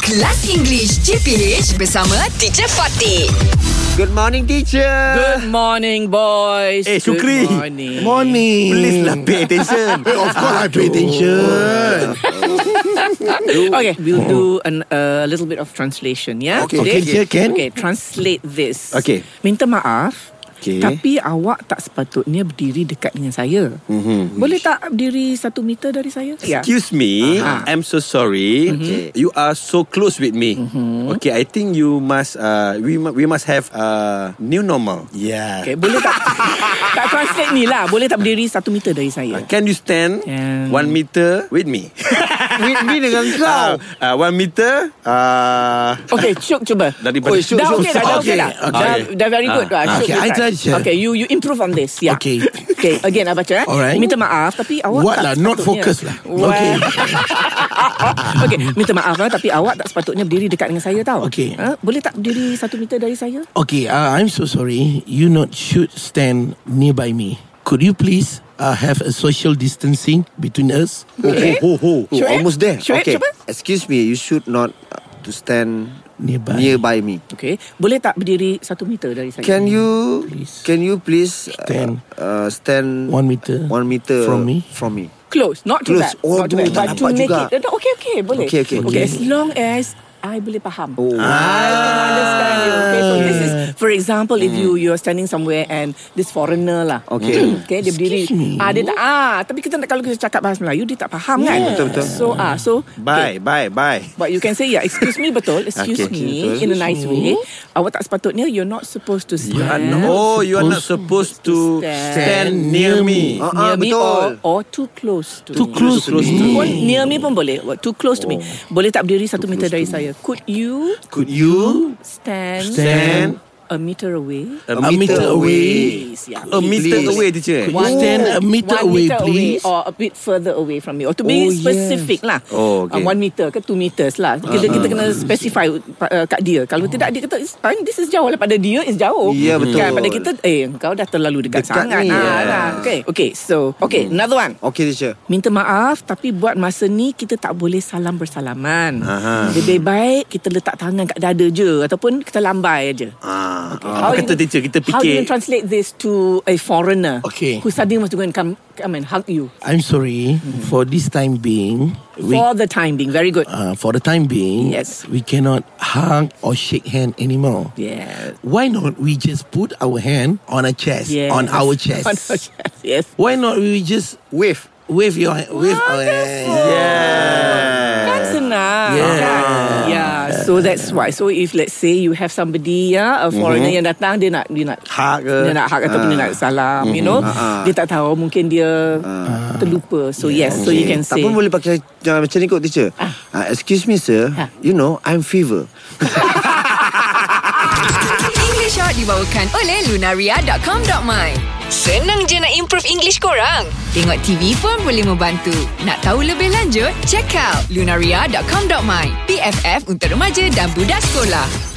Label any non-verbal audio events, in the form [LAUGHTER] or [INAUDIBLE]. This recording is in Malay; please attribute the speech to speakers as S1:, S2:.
S1: Kelas English CPH bersama Teacher Fatih.
S2: Good morning teacher
S3: Good morning, boys.
S2: Eh, Syukri.
S3: Good morning.
S4: Morning
S2: Please lah pay attention
S4: [LAUGHS]
S2: Oh.
S4: Of course I pay attention
S3: Okay, we'll do an, a little bit of translation, yeah?
S4: Okay, okay, okay, can.
S3: Okay, translate this.
S2: Okay.
S3: Minta maaf.
S2: Okay.
S3: Tapi awak tak sepatutnya berdiri dekat dengan saya. Mm-hmm. Boleh tak berdiri satu meter dari saya? Ya.
S2: Excuse me
S3: Aha.
S4: Uh-huh.
S2: I'm so sorry
S3: Mm-hmm.
S2: You are so close with me Okay I think you must uh, We mu- we must have uh, New normal
S4: Yeah
S3: Okay, boleh tak? tak translate ni lah. Boleh tak berdiri satu meter dari saya?
S2: Can you stand
S3: Yeah.
S2: One meter with me
S4: [LAUGHS] With me dengan
S2: [LAUGHS]
S4: kau
S2: uh, uh, One meter uh,
S3: Okay, Syuk cuba.
S2: Daripada
S4: Oi, Syuk,
S3: dah
S4: Syuk,
S3: okay dah,
S4: Syuk.
S3: dah okay, dah.
S4: Okay,
S3: Dah,
S2: okay.
S3: dah very good.
S2: Ah,
S3: Ah, Syuk, you
S4: okay, I
S3: try.
S4: try, Syuk.
S3: Okay, you you improve on this. Yeah.
S4: Okay.
S3: okay, again, Abah Cera.
S4: Alright.
S3: Minta maaf, tapi awak
S4: What
S3: tak
S4: lah Not
S3: sepatutnya-
S4: focus lah
S3: Well,
S4: Okay
S3: [LAUGHS] okay, minta maaf lah, tapi awak tak sepatutnya berdiri dekat dengan saya tau.
S4: Okay.
S3: Ha? Boleh tak berdiri satu meter dari saya?
S4: Okay uh, I'm so sorry You not should stand nearby me Could you please uh, have a social distancing between us?
S5: Oh,
S3: Okay.
S4: Ho, ho, ho.
S3: Shuib?
S5: Almost there.
S3: Shuib,
S5: okay.
S3: eh? cuba.
S5: Excuse me, you should not uh, to stand
S4: Nearby.
S5: nearby me.
S3: Okay. Boleh tak berdiri satu meter dari saya?
S5: Can you
S4: Please.
S5: can you please uh,
S4: Stand.
S5: uh, stand
S4: One meter
S5: one meter
S4: from me.
S5: from me?
S3: Close. Not too
S5: Close.
S3: bad.
S5: Oh,
S3: not too bad.
S5: tak
S3: But to
S5: nampak
S3: make
S5: juga.
S3: it. No, okay, okay. Boleh.
S5: Okay, okay.
S3: Okay,
S5: Okay.
S3: as long as I boleh faham.
S5: Oh.
S3: I can understand you. Okay, so this is, for example, if you you are standing somewhere and this foreigner lah.
S5: Okay.
S3: Okay, dia berdiri.
S4: Excuse me.
S3: Ah, dia tak, ah, tapi kita nak- kalau kita cakap bahasa Melayu, dia tak faham kan?
S5: Yeah. Betul, betul.
S3: So, ah, so.
S2: Bye
S3: okay.
S2: bye bye
S3: But you can say yeah, excuse me betul, excuse
S5: Okay,
S3: me
S5: betul.
S3: in a nice way. Awak tak sepatutnya you're not supposed to stand.
S2: You
S5: Uh,
S2: are not, Oh you are not supposed to
S3: Stand.
S2: Stand near me
S5: Ah,
S3: near
S5: ah,
S3: me
S5: betul.
S3: or, or too close to me.
S4: Too close
S3: to
S4: to me.
S3: Pun, near me pun boleh. Well, Too close to me. Boleh tak berdiri satu meter dari saya? Could you
S2: Could you
S3: stand,
S2: Stand
S3: a meter away?
S2: A
S4: A meter
S2: meter
S4: away.
S3: Please, yeah.
S2: A meter
S5: Please.
S2: away teacher
S4: Could you stand a meter
S3: one
S4: away,
S3: meter
S4: please?
S3: away or a bit further away from me or to be
S4: Oh,
S3: specific lah
S2: Oh, okay.
S3: uh, one meter ke two meters lah kita, kita kena specify uh, kat dia kalau tidak dia kata "It's fine, this is jauh lah pada dia is jauh
S5: Ya, betul.
S3: kan, pada kita eh kau dah terlalu dekat,
S5: Dekat
S3: sangat
S5: ni,
S3: Ah,
S5: yeah.
S3: lah. okay. okay so okay another one
S5: Okay, teacher.
S3: Minta maaf tapi buat masa ni kita tak boleh salam bersalaman.
S2: Aha.
S3: Lebih baik kita letak tangan kat dada je ataupun kita lambai aja.
S2: Ah, okay.
S3: How
S2: Apa
S3: you-
S2: kata teacher Kita
S3: How do
S2: fikir
S3: you translate this to a foreigner
S4: Okay.
S3: who suddenly wants to go and come come and hug you
S4: I'm sorry for this time being. We
S3: for the time being? Very
S2: Ah.
S3: good.
S4: uh, for the time being,
S3: Yes.
S4: we cannot hug or shake hand anymore.
S3: yeah.
S4: Why not we just put our hand on a chest,
S3: Yes.
S4: on our chest?
S3: [LAUGHS] On our chest. Yes.
S4: Why not we just
S5: Wave.
S4: wave your hand, wave our hand?
S2: Yeah
S3: Kan senang
S4: Yeah.
S3: kan? Yeah. So that's why. So if let's say you have somebody ya, a
S2: Mm-hmm.
S3: foreigner yang datang dia nak dia nak
S5: Hug ke? Ah. Mhm.
S3: Dia nak hug ataupun dia nak salam, you know. Dia tak tahu mungkin dia terlupa. So yes, so you
S5: Ah.
S3: can
S5: tak
S3: say.
S5: pun boleh pakai uh, macam ni kot teacher. Uh, excuse me sir,
S3: Ah.
S5: you know I'm fever.
S1: English Hot dibawakan oleh Lunaria.com.my Senang je nak improve English korang. Tengok TV pun boleh membantu. Nak tahu lebih lanjut? Check out Lunaria.com.my PFF untuk remaja dan budak sekolah.